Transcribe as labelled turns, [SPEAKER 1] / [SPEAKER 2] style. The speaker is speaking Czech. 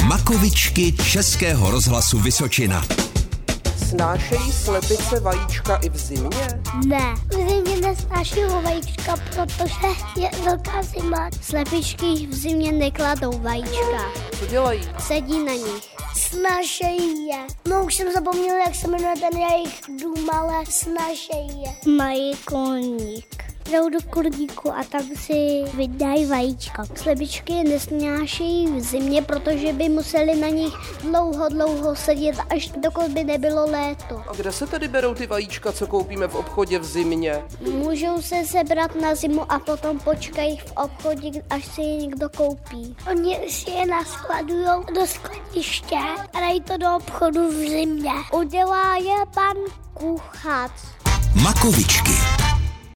[SPEAKER 1] Šokovičky Českého rozhlasu Vysočina.
[SPEAKER 2] Snášejí slepice vajíčka i v zimě?
[SPEAKER 3] Ne, v zimě nesnáším vajíčka, protože je velká zima. Slepičky v zimě nekladou vajíčka,
[SPEAKER 2] Co dělají?
[SPEAKER 3] sedí na nich. Snašejí je. No už jsem zapomněl, jak se jmenuje ten jejich dům, ale snašejí je. Mají koník. Jdou do kurníku a tam si vydají vajíčka. Slebičky je nesnášejí v zimě, protože by museli na nich dlouho, dlouho sedět, až dokud by nebylo léto.
[SPEAKER 2] A kde se tedy berou ty vajíčka, co koupíme v obchodě v zimě?
[SPEAKER 3] Můžou se sebrat na zimu a potom počkají v obchodě, až si je někdo koupí. Oni si je naskladují do skladiště a dají to do obchodu v zimě. Udělá je pan kuchař.
[SPEAKER 1] Makovičky.